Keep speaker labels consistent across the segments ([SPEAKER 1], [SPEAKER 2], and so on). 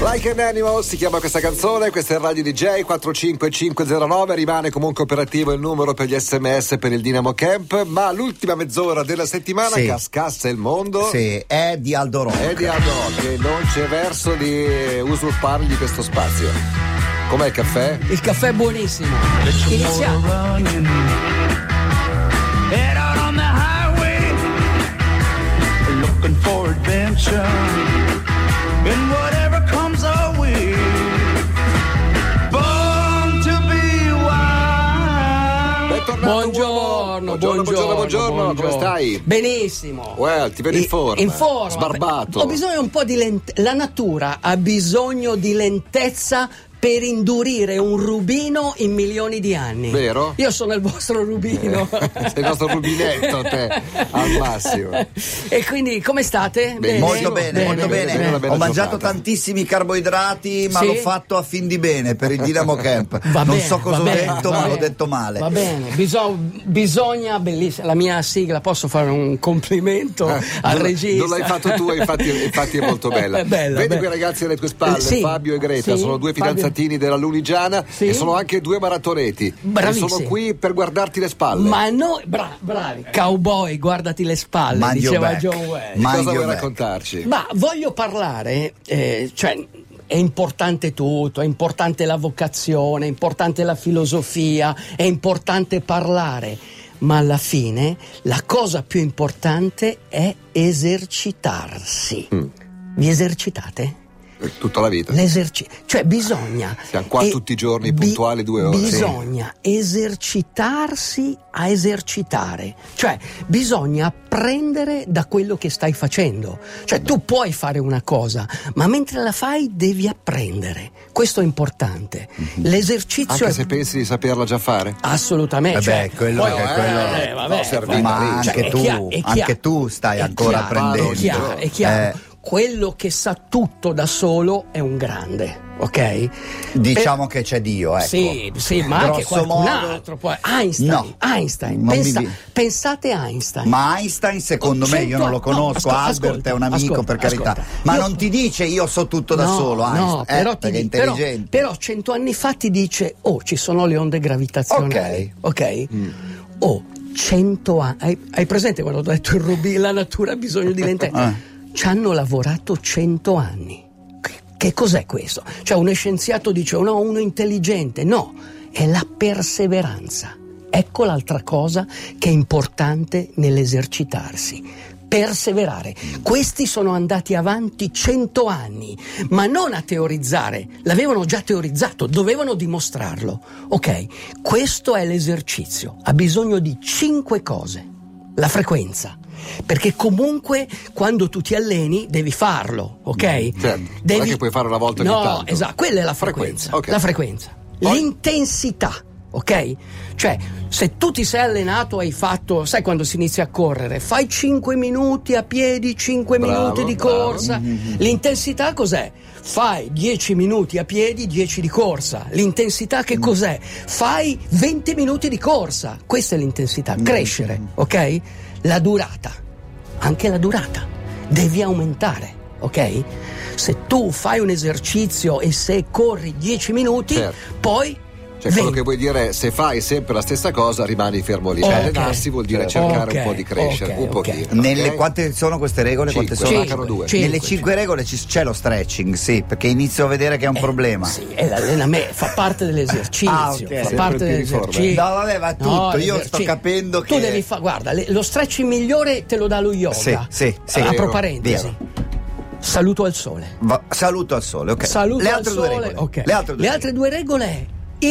[SPEAKER 1] Like an Animal si chiama questa canzone, questa è Radio DJ 45509, rimane comunque operativo il numero per gli sms per il Dinamo Camp, ma l'ultima mezz'ora della settimana
[SPEAKER 2] Sì.
[SPEAKER 1] cascasse il mondo
[SPEAKER 2] Sì, è di Aldo Rock.
[SPEAKER 1] e di Adò che non c'è verso di usurpargli questo spazio. Com'è il caffè?
[SPEAKER 3] Il caffè è buonissimo. Iniziamo.
[SPEAKER 4] running. Head out on the highway, looking for adventure. And whatever comes our way, born to be wild.
[SPEAKER 1] Bentornato,
[SPEAKER 3] Buongiorno,
[SPEAKER 1] uomo. buongiorno, buongiorno, buongiorno, come
[SPEAKER 3] buongiorno.
[SPEAKER 1] stai?
[SPEAKER 3] Benissimo.
[SPEAKER 1] Well, ti vedo in
[SPEAKER 3] I-
[SPEAKER 1] forma.
[SPEAKER 3] in forma.
[SPEAKER 1] Sbarbato.
[SPEAKER 3] Ho bisogno un po' di lente- La natura ha bisogno di lentezza per indurire un rubino in milioni di anni.
[SPEAKER 1] Vero?
[SPEAKER 3] Io sono il vostro rubino.
[SPEAKER 1] Eh, sei il nostro rubinetto, te, al massimo.
[SPEAKER 3] E quindi come state?
[SPEAKER 1] Bene.
[SPEAKER 2] Molto bene, molto
[SPEAKER 1] bene,
[SPEAKER 2] bene.
[SPEAKER 1] bene, una bella
[SPEAKER 2] Ho mangiato
[SPEAKER 1] giornata.
[SPEAKER 2] tantissimi carboidrati, ma
[SPEAKER 3] Sì?
[SPEAKER 2] l'ho fatto a fin di bene per il Dinamo Camp.
[SPEAKER 3] Va
[SPEAKER 2] non
[SPEAKER 3] bene,
[SPEAKER 2] so cosa
[SPEAKER 3] va
[SPEAKER 2] ho
[SPEAKER 3] bene,
[SPEAKER 2] detto,
[SPEAKER 3] va
[SPEAKER 2] ma l'ho
[SPEAKER 3] bene.
[SPEAKER 2] detto male.
[SPEAKER 3] Va bene, biso- bisogna, bellissima, la mia sigla, posso fare un complimento al
[SPEAKER 1] Ah, non,
[SPEAKER 3] regista?
[SPEAKER 1] non l'hai fatto tu, infatti, infatti è molto bella.
[SPEAKER 3] È bella,
[SPEAKER 1] Vedi
[SPEAKER 3] bella.
[SPEAKER 1] quei ragazzi alle tue spalle,
[SPEAKER 3] Eh, sì.
[SPEAKER 1] Fabio e Greta,
[SPEAKER 3] Sì,
[SPEAKER 1] sono due
[SPEAKER 3] Fabio-
[SPEAKER 1] fidanzatini della Lunigiana
[SPEAKER 3] Sì.
[SPEAKER 1] e sono anche due maratoneti.
[SPEAKER 3] Bravissimi.
[SPEAKER 1] E sono qui per guardarti le spalle.
[SPEAKER 3] Ma noi, bra- bravi, cowboy, guardati le spalle,
[SPEAKER 2] Mind your
[SPEAKER 3] diceva
[SPEAKER 2] back.
[SPEAKER 3] John Wayne.
[SPEAKER 2] Ma
[SPEAKER 1] Cosa
[SPEAKER 2] io
[SPEAKER 1] vuoi
[SPEAKER 2] beh.
[SPEAKER 1] raccontarci?
[SPEAKER 3] Ma voglio parlare, eh, cioè è importante tutto, è importante la vocazione, è importante la filosofia, è importante parlare, ma alla fine la cosa più importante è esercitarsi.
[SPEAKER 1] Mm.
[SPEAKER 3] Vi esercitate?
[SPEAKER 1] Per Eh, Tutta la vita.
[SPEAKER 3] L'eserci- cioè bisogna...
[SPEAKER 1] Siamo qua tutti i giorni puntuali, due ore.
[SPEAKER 3] Bisogna esercitarsi a esercitare, cioè bisogna apprendere da quello che stai facendo. Cioè tu puoi fare una cosa, ma mentre la fai devi apprendere. Questo è importante. L'esercizio
[SPEAKER 1] Mhm. Anche
[SPEAKER 3] è...
[SPEAKER 1] se pensi di saperla già fare.
[SPEAKER 3] Assolutamente.
[SPEAKER 2] Vabbè,
[SPEAKER 3] cioè,
[SPEAKER 2] Eh quello
[SPEAKER 3] poi-
[SPEAKER 2] è quello.
[SPEAKER 3] eh, vabbè,
[SPEAKER 1] No, serviva
[SPEAKER 3] poi-
[SPEAKER 2] Ma
[SPEAKER 1] lì.
[SPEAKER 2] anche
[SPEAKER 3] è
[SPEAKER 2] tu,
[SPEAKER 3] chiaro- è
[SPEAKER 2] anche
[SPEAKER 3] chiaro-
[SPEAKER 2] tu stai
[SPEAKER 3] è
[SPEAKER 2] ancora
[SPEAKER 3] chiaro,
[SPEAKER 2] apprendendo.
[SPEAKER 3] È chiaro, è chiaro.
[SPEAKER 2] Eh.
[SPEAKER 3] Quello che sa tutto da solo è un grande, ok?
[SPEAKER 2] Diciamo che c'è Dio, ecco.
[SPEAKER 3] Eh, Sì, sì, ma anche
[SPEAKER 2] Grosso
[SPEAKER 3] qualcun
[SPEAKER 2] modo-
[SPEAKER 3] altro. Poi. Einstein,
[SPEAKER 2] No,
[SPEAKER 3] Einstein.
[SPEAKER 2] non mi
[SPEAKER 3] pensa-
[SPEAKER 2] di-
[SPEAKER 3] pensate a Einstein.
[SPEAKER 2] Ma Einstein, secondo me, io
[SPEAKER 3] Cento-
[SPEAKER 2] non lo conosco.
[SPEAKER 3] no, asco-
[SPEAKER 2] Albert
[SPEAKER 3] ascolta,
[SPEAKER 2] è un amico,
[SPEAKER 3] ascolta,
[SPEAKER 2] per carità.
[SPEAKER 3] ascolta.
[SPEAKER 2] Ma
[SPEAKER 3] Io-
[SPEAKER 2] non ti dice io so tutto da
[SPEAKER 3] No,
[SPEAKER 2] solo, Einstein.
[SPEAKER 3] no,
[SPEAKER 2] eh,
[SPEAKER 3] però, ti
[SPEAKER 2] perché è
[SPEAKER 3] di- però-
[SPEAKER 2] intelligente.
[SPEAKER 3] però cento anni fa ti dice, oh, ci sono le onde gravitazionali. Ok.
[SPEAKER 2] Mm.
[SPEAKER 3] Oh, cento anni. Hai, hai presente quando ho detto il rubì, la natura ha bisogno di lentezza?
[SPEAKER 2] Eh.
[SPEAKER 3] Ci hanno lavorato cento anni. Che- Che cos'è questo? Cioè, uno scienziato dice, no, uno intelligente. No, è la perseveranza. Ecco l'altra cosa che è importante nell'esercitarsi. Perseverare. Questi sono andati avanti cento anni, ma non a teorizzare, l'avevano già teorizzato, dovevano dimostrarlo. Ok, questo è l'esercizio, ha bisogno di cinque cose. La frequenza, perché comunque quando tu ti alleni devi farlo, ok?
[SPEAKER 1] Certo, non è che puoi fare una volta ogni
[SPEAKER 3] no,
[SPEAKER 1] tanto.
[SPEAKER 3] esatto, quella è la
[SPEAKER 1] Frequenza,
[SPEAKER 3] frequenza.
[SPEAKER 1] ok.
[SPEAKER 3] La frequenza.
[SPEAKER 1] Poi?
[SPEAKER 3] L'intensità, ok? Cioè, se tu ti sei allenato, hai fatto, sai quando si inizia a correre, fai 5 minuti a piedi, 5
[SPEAKER 1] Bravo,
[SPEAKER 3] minuti di
[SPEAKER 1] bravo.
[SPEAKER 3] corsa.
[SPEAKER 1] Mm-hmm.
[SPEAKER 3] L'intensità cos'è? Fai 10 minuti a piedi, 10 di corsa. L'intensità
[SPEAKER 1] Mm.
[SPEAKER 3] che cos'è? Fai 20 minuti di corsa. Questa è l'intensità,
[SPEAKER 1] Mm-hmm.
[SPEAKER 3] crescere, ok? La durata anche la durata devi aumentare, ok? Se tu fai un esercizio e se corri 10 minuti,
[SPEAKER 1] Certo.
[SPEAKER 3] poi
[SPEAKER 1] Cioè, quello
[SPEAKER 3] venti.
[SPEAKER 1] che vuoi dire è se fai sempre la stessa cosa rimani fermo lì. Cioè,
[SPEAKER 3] Ok.
[SPEAKER 1] Allenarsi vuol dire
[SPEAKER 3] Ok.
[SPEAKER 1] cercare un po'
[SPEAKER 3] Ok,
[SPEAKER 1] di crescere,
[SPEAKER 3] ok,
[SPEAKER 1] un
[SPEAKER 3] ok.
[SPEAKER 1] pochino.
[SPEAKER 2] Nelle
[SPEAKER 1] ok?
[SPEAKER 2] quante sono queste regole? Quante
[SPEAKER 1] Cinque,
[SPEAKER 2] sono?
[SPEAKER 1] mancano due.
[SPEAKER 3] Cinque,
[SPEAKER 2] Nelle cinque regole ci- c'è lo stretching, sì, perché inizio a vedere
[SPEAKER 1] Eh,
[SPEAKER 2] che è un problema.
[SPEAKER 3] Sì, è l'allenamento, fa parte dell'esercizio.
[SPEAKER 2] Ah, ok.
[SPEAKER 3] Fa
[SPEAKER 2] Sempre
[SPEAKER 3] parte
[SPEAKER 1] più di
[SPEAKER 3] dell'esercizio.
[SPEAKER 2] forma. No, vabbè, va tutto, io
[SPEAKER 3] l'esercizio.
[SPEAKER 2] sto capendo
[SPEAKER 3] Tu
[SPEAKER 2] che-
[SPEAKER 3] devi fare, guarda, le- lo stretching migliore te lo dà lo yoga.
[SPEAKER 2] Sì, sì, sì.
[SPEAKER 3] Apro
[SPEAKER 1] Vero,
[SPEAKER 3] parentesi.
[SPEAKER 2] vero.
[SPEAKER 3] Saluto al sole.
[SPEAKER 2] Va- saluto al sole, ok.
[SPEAKER 3] Saluto
[SPEAKER 2] le
[SPEAKER 3] al
[SPEAKER 2] altre due
[SPEAKER 3] sole,
[SPEAKER 2] regole.
[SPEAKER 3] ok.
[SPEAKER 2] Le altre due regole.
[SPEAKER 3] regole è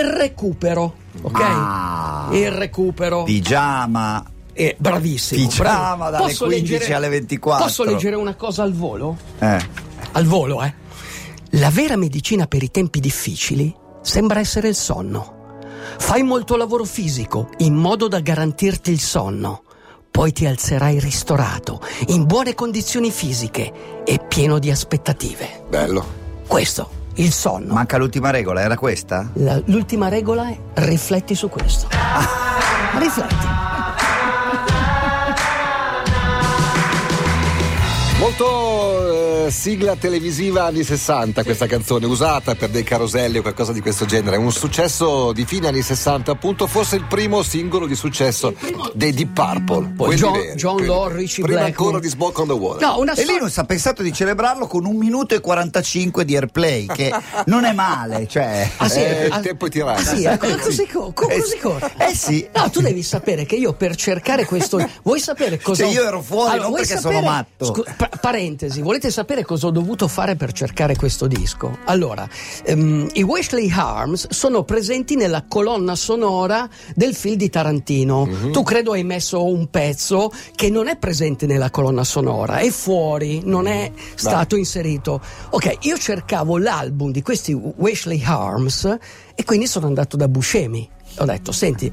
[SPEAKER 3] il recupero, ok?
[SPEAKER 2] Ah.
[SPEAKER 3] il recupero.
[SPEAKER 2] Pigiama.
[SPEAKER 3] Eh, bravissimo.
[SPEAKER 2] Pigiama
[SPEAKER 3] bravo.
[SPEAKER 2] dalle 15 alle 24.
[SPEAKER 3] Posso leggere una cosa al volo?
[SPEAKER 2] Eh.
[SPEAKER 3] Al volo, eh. La vera medicina per i tempi difficili sembra essere il sonno. Fai molto lavoro fisico in modo da garantirti il sonno. Poi ti alzerai ristorato, in buone condizioni fisiche e pieno di aspettative.
[SPEAKER 1] Bello.
[SPEAKER 3] Questo, il sonno.
[SPEAKER 2] Manca l'ultima regola, era questa?
[SPEAKER 3] La- l'ultima regola è rifletti su questo. Rifletti.
[SPEAKER 1] Molto molto eh, sigla televisiva anni 60 questa canzone, usata per dei caroselli o qualcosa di questo genere. Un successo di fine anni 60, appunto, forse il primo singolo di successo dei Deep Purple.
[SPEAKER 3] Poi
[SPEAKER 1] quelli
[SPEAKER 3] Mm. John,
[SPEAKER 1] veri,
[SPEAKER 3] John
[SPEAKER 1] quelli
[SPEAKER 3] Law,
[SPEAKER 1] veri.
[SPEAKER 3] Richie
[SPEAKER 1] Prima
[SPEAKER 3] Blackmore.
[SPEAKER 1] ancora di Smoke on the Water.
[SPEAKER 3] No, una
[SPEAKER 2] E
[SPEAKER 3] storia.
[SPEAKER 2] Linus ha pensato di celebrarlo con un minuto e 45 di airplay, che non è male, cioè.
[SPEAKER 3] Ah, sì,
[SPEAKER 1] Eh, il
[SPEAKER 3] ah,
[SPEAKER 1] tempo è tiranno.
[SPEAKER 3] Ah, sì, eh, così, co- co-
[SPEAKER 2] Eh,
[SPEAKER 3] così
[SPEAKER 2] sì.
[SPEAKER 3] corto.
[SPEAKER 2] Eh, sì.
[SPEAKER 3] No, tu devi sapere che io per cercare questo. Vuoi sapere cosa.
[SPEAKER 2] Cioè, io ero fuori, non
[SPEAKER 3] vuoi
[SPEAKER 2] perché sono matto.
[SPEAKER 3] pa- parentesi, volete sapere cosa ho dovuto fare per cercare questo disco? Allora, ehm, i Wesley Harms sono presenti nella colonna sonora del film di Tarantino.
[SPEAKER 1] Mhm.
[SPEAKER 3] Tu credo hai messo un pezzo che non è presente nella colonna sonora, è fuori, non è
[SPEAKER 1] Mm.
[SPEAKER 3] stato inserito. Ok, io cercavo l'album di questi Wesley Harms e quindi sono andato da Buscemi. Ho detto, senti,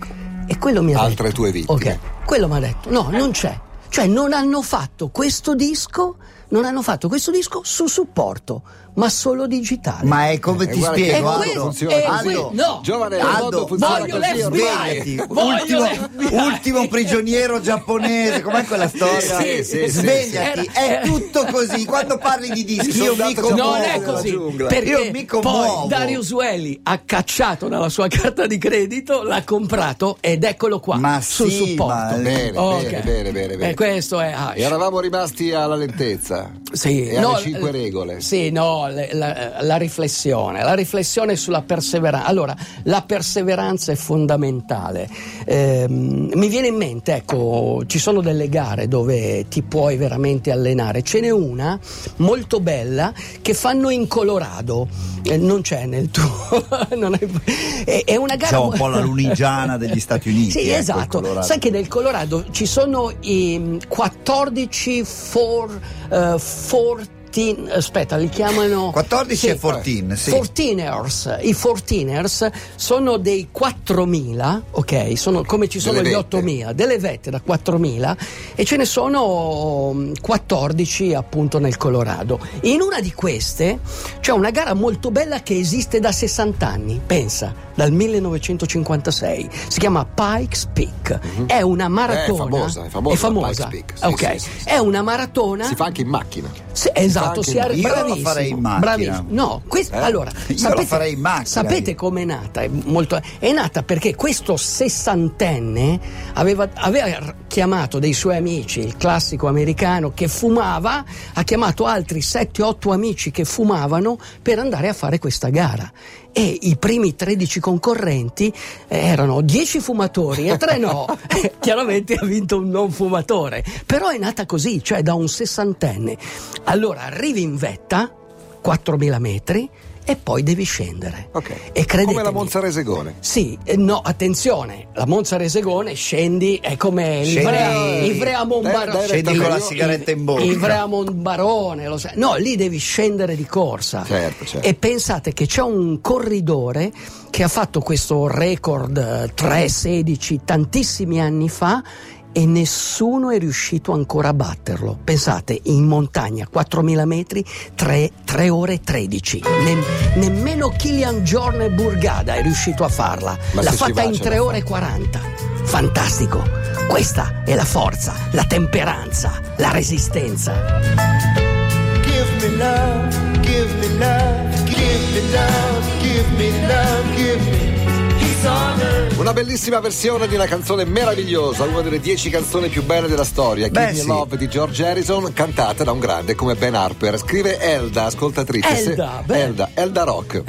[SPEAKER 3] e quello mi ha
[SPEAKER 1] Altre
[SPEAKER 3] detto.
[SPEAKER 1] tue vittime.
[SPEAKER 3] Ok, quello mi ha detto, no, non c'è. Cioè, non hanno fatto questo disco, non hanno fatto questo disco su supporto, ma solo digitale.
[SPEAKER 2] Ma è come
[SPEAKER 1] Eh,
[SPEAKER 2] ti
[SPEAKER 1] guarda che
[SPEAKER 2] spiego,
[SPEAKER 1] il
[SPEAKER 3] mondo
[SPEAKER 2] Aldo.
[SPEAKER 1] funziona
[SPEAKER 2] Aldo,
[SPEAKER 1] così.
[SPEAKER 3] Eh, qui- no.
[SPEAKER 1] Giovane, il mondo
[SPEAKER 2] Aldo,
[SPEAKER 1] funziona
[SPEAKER 3] voglio
[SPEAKER 1] così,
[SPEAKER 3] l'FBI.
[SPEAKER 1] ormai.
[SPEAKER 2] svegliati.
[SPEAKER 3] Voglio
[SPEAKER 2] Ultimo,
[SPEAKER 3] l'FBI.
[SPEAKER 2] ultimo prigioniero giapponese, com'è quella storia?
[SPEAKER 1] Sì, sì, sì,
[SPEAKER 2] Svegliati,
[SPEAKER 3] sì.
[SPEAKER 2] è tutto così. Quando parli di dischi,
[SPEAKER 1] Sono
[SPEAKER 2] io mi
[SPEAKER 1] andato già-
[SPEAKER 2] commuovo.
[SPEAKER 3] Non è
[SPEAKER 1] Nella
[SPEAKER 3] così,
[SPEAKER 1] giungla.
[SPEAKER 2] Io mi
[SPEAKER 3] perché
[SPEAKER 2] commuovo.
[SPEAKER 3] poi Darius Welly ha cacciato dalla sua carta di credito, l'ha comprato ed eccolo qua,
[SPEAKER 2] Ma
[SPEAKER 3] sul
[SPEAKER 2] sì,
[SPEAKER 3] supporto.
[SPEAKER 2] ma-
[SPEAKER 1] Bene,
[SPEAKER 3] Ok.
[SPEAKER 1] bene, bene, bene, bene.
[SPEAKER 3] Eh, questo è Ash.
[SPEAKER 1] Eravamo rimasti alla lentezza
[SPEAKER 3] Sì,
[SPEAKER 1] e
[SPEAKER 3] no, eh,
[SPEAKER 1] alle cinque
[SPEAKER 3] l-
[SPEAKER 1] regole.
[SPEAKER 3] Sì, no, le- la, la riflessione, la riflessione sulla perseveranza. Allora, la perseveranza è fondamentale. Ehm, mi viene in mente, ecco, ci sono delle gare dove ti puoi veramente allenare. Ce n'è una molto bella che fanno in Colorado. Eh, non c'è nel tuo. non è, è- è una gara.
[SPEAKER 2] C'è un po'
[SPEAKER 3] mo-
[SPEAKER 2] la lunigiana degli Stati Uniti.
[SPEAKER 3] Sì,
[SPEAKER 2] ecco, il
[SPEAKER 3] esatto.
[SPEAKER 2] Colorado.
[SPEAKER 3] Sai che nel Colorado ci sono i mm, 14 for, eh, 14 aspetta, li chiamano
[SPEAKER 2] 14 e 14, sì.
[SPEAKER 3] 14ers. I 14ers sono dei 4000, ok? Sono come ci sono
[SPEAKER 1] Delle
[SPEAKER 3] gli
[SPEAKER 1] vette.
[SPEAKER 3] 8000, delle vette da 4000 e ce ne sono mm, 14 appunto nel Colorado. In una di queste c'è una gara molto bella che esiste da 60 anni, pensa, dal 1956. Si chiama Pikes Peak. È una maratona.
[SPEAKER 1] Eh, Mhm. è famosa, è famosa,
[SPEAKER 3] famosa.
[SPEAKER 1] Pikes Peak, sì,
[SPEAKER 3] ok.
[SPEAKER 1] sì, sì, sì.
[SPEAKER 3] È una maratona.
[SPEAKER 1] Si fa anche in macchina.
[SPEAKER 3] Sì, esatto,
[SPEAKER 1] fa anche
[SPEAKER 3] si è
[SPEAKER 1] in-
[SPEAKER 2] Io la
[SPEAKER 3] bravissimo,
[SPEAKER 2] farei in macchina.
[SPEAKER 3] bravissimo. No, questo,
[SPEAKER 2] Eh?
[SPEAKER 3] allora,
[SPEAKER 2] Io la farei in macchina.
[SPEAKER 3] Sapete com'è nata? È, molto- è nata perché questo sessantenne aveva, aveva chiamato dei suoi amici, il classico americano che fumava, ha chiamato altri 7-8 amici che fumavano per andare a fare questa gara. E i primi 13 concorrenti eh, erano 10 fumatori e 3 no. Eh, Chiaramente ha vinto un non fumatore. Però è nata così, cioè da un sessantenne. Allora arrivi in vetta, 4.000 metri, e poi devi scendere.
[SPEAKER 1] Ok.
[SPEAKER 3] E credetemi,
[SPEAKER 1] Come la Monza Resegone.
[SPEAKER 3] Sì, eh, no, attenzione, la Monza Resegone scendi, è come
[SPEAKER 2] Scendi-
[SPEAKER 3] Ivrea, Ivrea
[SPEAKER 1] Dai, dai,
[SPEAKER 3] Monbarone.
[SPEAKER 2] Scendi con la
[SPEAKER 1] io-
[SPEAKER 2] sigaretta in bocca.
[SPEAKER 3] Ivrea Monbarone, lo sai. No, lì devi scendere di corsa.
[SPEAKER 1] Certo, certo.
[SPEAKER 3] E pensate che c'è un corridore che ha fatto questo record eh, 3-16 tantissimi anni fa e nessuno è riuscito ancora a batterlo. Pensate, in montagna, 4.000 metri, 3, ore e 13. Nem- nemmeno Kilian Jorn Burgada è riuscito a farla.
[SPEAKER 1] Ma
[SPEAKER 3] l'ha
[SPEAKER 1] se ci
[SPEAKER 3] fatta
[SPEAKER 1] va,
[SPEAKER 3] in
[SPEAKER 1] ce
[SPEAKER 3] 3
[SPEAKER 1] l'ha
[SPEAKER 3] ore e 40. Fantastico! Questa è la forza, la temperanza, la resistenza.
[SPEAKER 5] Give me love, give me love, give me love, give me love, give me. He's on earth.
[SPEAKER 1] Una bellissima versione di una canzone meravigliosa, una delle dieci canzoni più belle della storia,
[SPEAKER 2] Beh,
[SPEAKER 1] Give Me
[SPEAKER 2] sì.
[SPEAKER 1] Love di George Harrison, cantata da un grande come Ben Harper. Scrive Elda, ascoltatrice. se-
[SPEAKER 3] Elda, beh.
[SPEAKER 1] Elda, Elda Rock.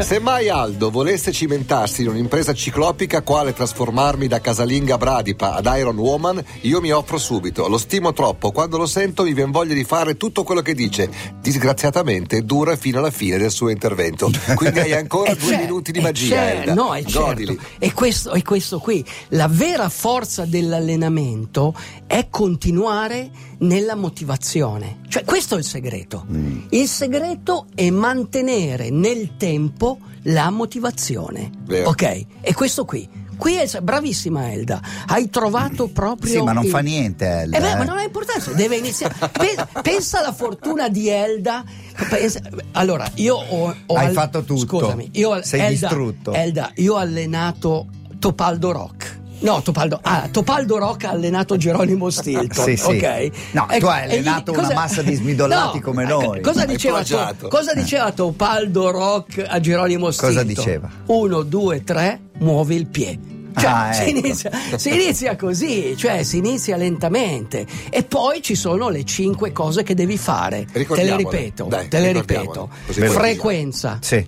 [SPEAKER 1] Se mai Aldo volesse cimentarsi in un'impresa ciclopica quale trasformarmi da casalinga bradipa ad Iron Woman, io mi offro subito. Lo stimo troppo, quando lo sento mi viene voglia di fare tutto quello che dice. Disgraziatamente dura fino alla fine del suo intervento. Quindi hai ancora
[SPEAKER 3] E
[SPEAKER 1] due
[SPEAKER 3] c'è,
[SPEAKER 1] minuti di
[SPEAKER 3] e
[SPEAKER 1] magia.
[SPEAKER 3] c'è,
[SPEAKER 1] Elda.
[SPEAKER 3] certo, eh, no, è
[SPEAKER 1] Godili.
[SPEAKER 3] Eh, certo. E questo, e questo qui, la vera forza dell'allenamento è continuare nella motivazione. Cioè, questo è il segreto.
[SPEAKER 1] Mm.
[SPEAKER 3] Il segreto è mantenere nel tempo la motivazione.
[SPEAKER 1] Vero.
[SPEAKER 3] Ok? E questo qui. Qui è bravissima Elda, hai trovato proprio.
[SPEAKER 2] Sì, ma non
[SPEAKER 3] il-
[SPEAKER 2] fa niente, Elda,
[SPEAKER 3] Eh beh, ma
[SPEAKER 2] eh.
[SPEAKER 3] non è importante, deve iniziare. Pe- pensa alla fortuna di Elda. pensa- Allora, io ho, ho
[SPEAKER 2] Hai fatto tutto.
[SPEAKER 3] Scusami, io ho-
[SPEAKER 2] Sei
[SPEAKER 3] Elda,
[SPEAKER 2] distrutto.
[SPEAKER 3] Elda, io ho allenato Topaldo Rock. No, Topaldo, ah, Topaldo Roca ha allenato Geronimo Stilton.
[SPEAKER 2] Sì, sì.
[SPEAKER 3] ok?
[SPEAKER 2] No, tu hai
[SPEAKER 3] e
[SPEAKER 2] allenato
[SPEAKER 3] lì cosa-
[SPEAKER 2] una massa di smidollati
[SPEAKER 3] No,
[SPEAKER 2] come
[SPEAKER 3] ecco,
[SPEAKER 2] noi.
[SPEAKER 3] Cosa
[SPEAKER 1] Hai
[SPEAKER 3] diceva,
[SPEAKER 1] plagiato.
[SPEAKER 3] cosa diceva Topaldo Rock a Geronimo Stilton?
[SPEAKER 2] diceva?
[SPEAKER 3] Uno, due, tre, muovi il piede. Cioè,
[SPEAKER 2] Ah,
[SPEAKER 3] si,
[SPEAKER 2] ecco.
[SPEAKER 3] inizia, si inizia così, cioè si inizia lentamente e poi ci sono le cinque cose che devi fare. Te le
[SPEAKER 1] Ricordiamole.
[SPEAKER 3] ripeto,
[SPEAKER 1] Dai,
[SPEAKER 3] te le
[SPEAKER 1] ricordiamole,
[SPEAKER 3] ripeto.
[SPEAKER 1] così poi-
[SPEAKER 3] Frequenza,
[SPEAKER 2] Sì.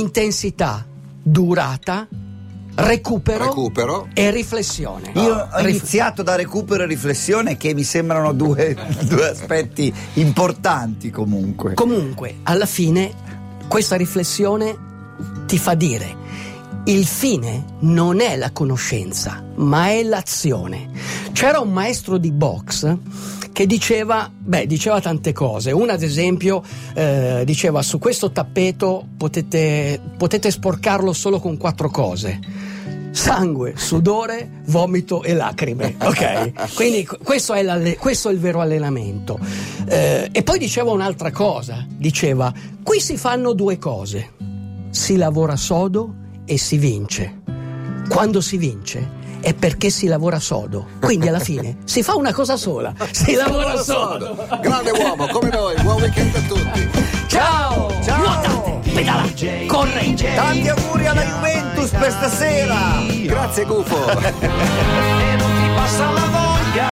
[SPEAKER 3] intensità, durata, recupero,
[SPEAKER 1] Recupero.
[SPEAKER 3] e riflessione.
[SPEAKER 2] Io ho
[SPEAKER 3] Rif-
[SPEAKER 2] iniziato da recupero e riflessione che mi sembrano due, due aspetti importanti comunque.
[SPEAKER 3] Comunque, alla fine, questa riflessione ti fa dire, il fine non è la conoscenza, ma è l'azione. C'era un maestro di box che diceva, beh, diceva tante cose. Una, ad esempio, eh, diceva su questo tappeto potete, potete sporcarlo solo con quattro cose. Sangue, sudore, vomito e lacrime. Ok? Quindi qu- questo è, l'alle- questo è il vero allenamento. Eh, e poi diceva un'altra cosa: diceva: qui si fanno due cose: si lavora sodo e si vince. Quando si vince è perché si lavora sodo. Quindi alla fine si fa una cosa sola: si lavora sodo.
[SPEAKER 1] Grande uomo, come noi, buon weekend a tutti.
[SPEAKER 3] Ciao!
[SPEAKER 2] Ciao!
[SPEAKER 3] Nuotate, pedalate, correte!
[SPEAKER 2] Tanti auguri alla Juventus per stasera!
[SPEAKER 1] Grazie Gufo.
[SPEAKER 4] e non ti passa la voglia